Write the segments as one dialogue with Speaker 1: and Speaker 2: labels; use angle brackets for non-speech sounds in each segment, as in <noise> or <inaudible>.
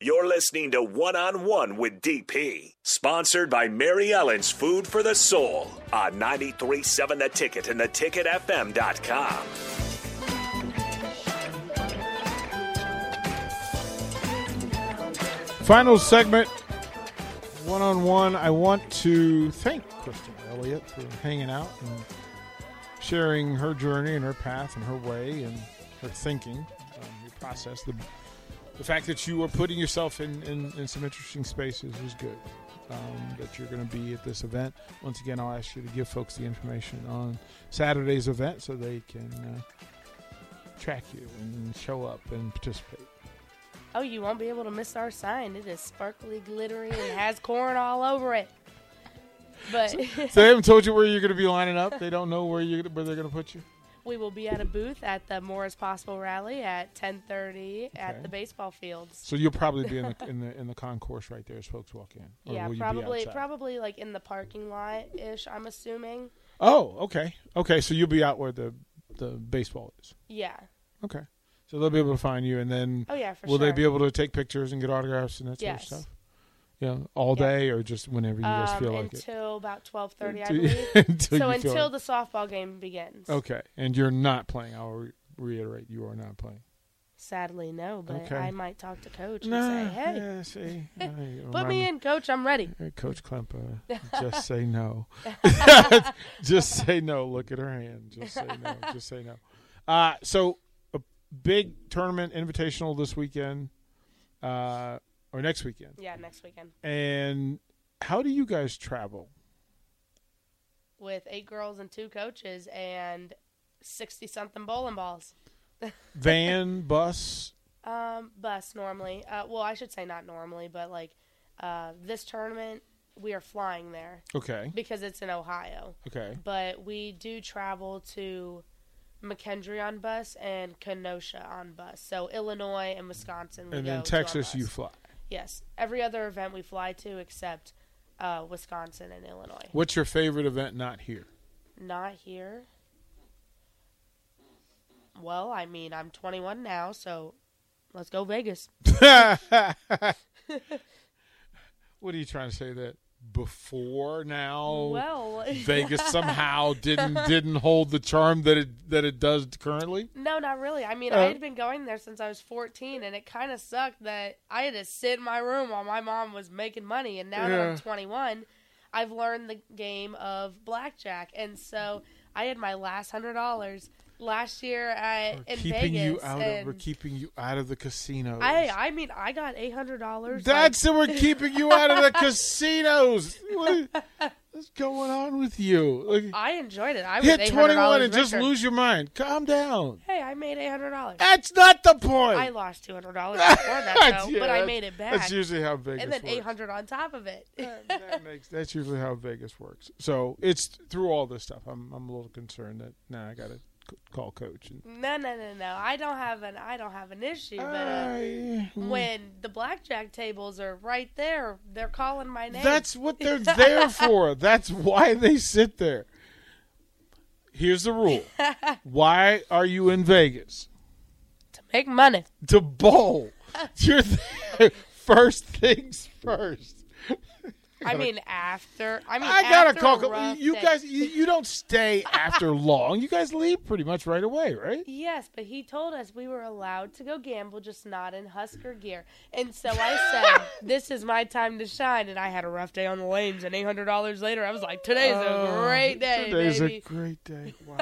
Speaker 1: You're listening to One on One with DP, sponsored by Mary Ellen's Food for the Soul on 937 The Ticket and theticketfm.com.
Speaker 2: Final segment, one on one. I want to thank Kristen Elliott for hanging out and sharing her journey and her path and her way and her thinking, um, your process. The, the fact that you are putting yourself in, in, in some interesting spaces is good. Um, that you're going to be at this event. Once again, I'll ask you to give folks the information on Saturday's event so they can uh, track you and show up and participate.
Speaker 3: Oh, you won't be able to miss our sign. It is sparkly, glittery, and has corn all over it. But
Speaker 2: So they haven't told you where you're going to be lining up. They don't know where you where they're going to put you.
Speaker 3: <laughs> we will be at a booth at the More is Possible rally at 10:30 at the baseball fields.
Speaker 2: So you'll probably be in the in the in the concourse right there as folks walk in. Or
Speaker 3: yeah,
Speaker 2: will you be
Speaker 3: probably
Speaker 2: outside?
Speaker 3: probably like in the parking lot ish. I'm assuming.
Speaker 2: Oh, okay, okay. So you'll be out where the the baseball is.
Speaker 3: Yeah.
Speaker 2: Okay, so they'll be able to find you, and then
Speaker 3: Oh yeah, for
Speaker 2: will
Speaker 3: sure.
Speaker 2: they be able to take pictures and get autographs and that
Speaker 3: Yes.
Speaker 2: sort of stuff? Yeah, all
Speaker 3: Yeah.
Speaker 2: day or just whenever you guys
Speaker 3: um,
Speaker 2: feel like it.
Speaker 3: until about 12:30, I
Speaker 2: Until- <laughs>
Speaker 3: believe.
Speaker 2: until
Speaker 3: so
Speaker 2: you feel like-
Speaker 3: until the softball game begins.
Speaker 2: okay, and you're not playing. I'll re- reiterate, you are not playing.
Speaker 3: Sadly, no. But
Speaker 2: Okay.
Speaker 3: I might talk to coach
Speaker 2: no,
Speaker 3: and say, "Hey,
Speaker 2: yeah,
Speaker 3: <laughs>
Speaker 2: see, I-
Speaker 3: put
Speaker 2: remind
Speaker 3: me in, coach. I'm ready."
Speaker 2: Hey, Coach
Speaker 3: <laughs>
Speaker 2: Klempa, just say no. just say no. Look at her hand. Just say no. Just say no. Uh, so, a big tournament invitational this weekend uh, or next weekend.
Speaker 3: Yeah, next weekend
Speaker 2: And how do you guys travel?
Speaker 3: with eight girls and two coaches and sixty something bowling balls. <laughs>
Speaker 2: Van, bus?
Speaker 3: Um, bus normally. Uh, well, I should say not normally, but like uh, this tournament, we are flying there
Speaker 2: Okay.
Speaker 3: because it's in Ohio.
Speaker 2: Okay.
Speaker 3: But we do travel to McKendree on bus and Kenosha on bus. So Illinois and Wisconsin. We
Speaker 2: And
Speaker 3: go
Speaker 2: then
Speaker 3: to on
Speaker 2: Texas, you
Speaker 3: bus.
Speaker 2: fly.
Speaker 3: yes. Every other event we fly to except uh, Wisconsin and Illinois.
Speaker 2: What's your favorite event not here?
Speaker 3: Not here. Well, I mean, I'm 21 now, so let's go Vegas.
Speaker 2: What are you trying to say that before now? <laughs>
Speaker 3: well,
Speaker 2: Vegas somehow
Speaker 3: <laughs>
Speaker 2: didn't didn't hold the charm that it that it does currently.
Speaker 3: no, not really. I mean, I
Speaker 2: Uh.
Speaker 3: had been going there since I was 14, and it kind of sucked that I had to sit in my room while my mom was making money. And now that
Speaker 2: Yeah.
Speaker 3: I'm 21, I've learned the game of blackjack, and so I had my last hundred dollars last year at
Speaker 2: We're
Speaker 3: in
Speaker 2: keeping
Speaker 3: Vegas.
Speaker 2: you out of
Speaker 3: and
Speaker 2: we're keeping you out of the casinos.
Speaker 3: I, I mean, I got eight hundred dollars.
Speaker 2: That's it. We're keeping you out of the casinos. What is- what's going on with you? Like,
Speaker 3: I enjoyed it. I was
Speaker 2: hit twenty one
Speaker 3: $800
Speaker 2: and just
Speaker 3: richer.
Speaker 2: lose your mind. Calm down.
Speaker 3: Hey, I made eight hundred dollars.
Speaker 2: That's not the <laughs> point.
Speaker 3: I lost two hundred dollars before that though,
Speaker 2: Yeah,
Speaker 3: but
Speaker 2: <laughs>
Speaker 3: I
Speaker 2: that's-
Speaker 3: made it back,
Speaker 2: That's usually Uh. how Vegas
Speaker 3: and then
Speaker 2: works.
Speaker 3: eight hundred on top of it.
Speaker 2: that makes that's usually how Vegas works. So it's through all this stuff. I'm I'm a little concerned that now I got to call coach and
Speaker 3: <laughs> no, no, no, no. I don't have an I don't have an issue, but uh,
Speaker 2: I-
Speaker 3: when the blackjack tables are right there, they're calling my name.
Speaker 2: That's what they're there
Speaker 3: <laughs>
Speaker 2: for. That's why they sit there. Here's the rule. Why are you in Vegas?
Speaker 3: to
Speaker 2: <laughs>
Speaker 3: make money.
Speaker 2: To bowl. You're there. First things first.
Speaker 3: I mean, after I mean,
Speaker 2: I gotta
Speaker 3: after
Speaker 2: call.
Speaker 3: a rough
Speaker 2: you
Speaker 3: day-
Speaker 2: guys. You, you don't stay after long. You guys leave pretty much right away, right?
Speaker 3: Yes, but he told us we were allowed to go gamble, just not in Husker gear. And so I
Speaker 2: <laughs>
Speaker 3: said, "This is my time to shine." And I had a rough day on the lanes, and eight hundred dollars later, I was like, "Today's a
Speaker 2: Oh,
Speaker 3: great day,
Speaker 2: Today's
Speaker 3: baby."
Speaker 2: a great
Speaker 3: <laughs>
Speaker 2: day. Wow.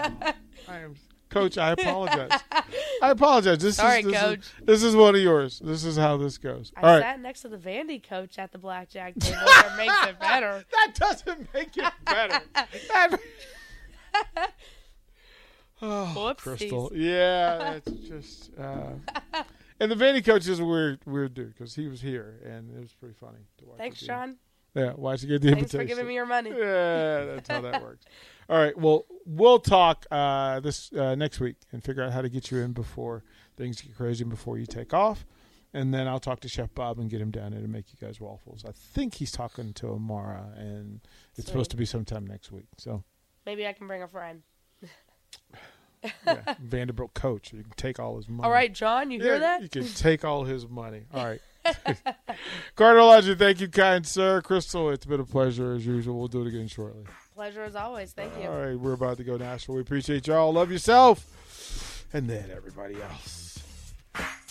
Speaker 2: I am Coach, I apologize. I apologize. This
Speaker 3: Sorry,
Speaker 2: is this
Speaker 3: Coach.
Speaker 2: Is, this is one of yours. This is how this goes.
Speaker 3: I
Speaker 2: All right.
Speaker 3: sat next to the Vandy coach at the blackjack table. That makes it better.
Speaker 2: <laughs> That doesn't make it better.
Speaker 3: <laughs>
Speaker 2: That- oh,
Speaker 3: Whoopsies.
Speaker 2: Crystal. Yeah, that's just. Uh, And the Vandy coach is a weird, weird dude because he was here, and it was pretty funny. To watch
Speaker 3: Thanks,
Speaker 2: the game.
Speaker 3: Sean.
Speaker 2: Yeah, watch you get the
Speaker 3: Thanks
Speaker 2: invitation.
Speaker 3: for giving me your <laughs> money.
Speaker 2: Yeah, that's how that works. All right. Well, we'll talk uh, this uh, next week and figure out how to get you in before things get crazy and before you take off. And then I'll talk to Chef Bob and get him down there to make you guys waffles. I think he's talking to Amara, and it's supposed
Speaker 3: Sweet.
Speaker 2: to be sometime next week. So
Speaker 3: Maybe I can bring a friend. <laughs>
Speaker 2: yeah, Vanderbilt coach, you can take all his money.
Speaker 3: All right, John, you hear
Speaker 2: Yeah,
Speaker 3: that?
Speaker 2: You can take all his money.
Speaker 3: <laughs>
Speaker 2: All right. Carter Lodger, thank you, kind sir. Crystal, it's been a pleasure as usual. We'll do it again shortly.
Speaker 3: Pleasure as always. Thank you.
Speaker 2: All right, we're about to go national. We appreciate y'all. Love yourself. And then everybody else.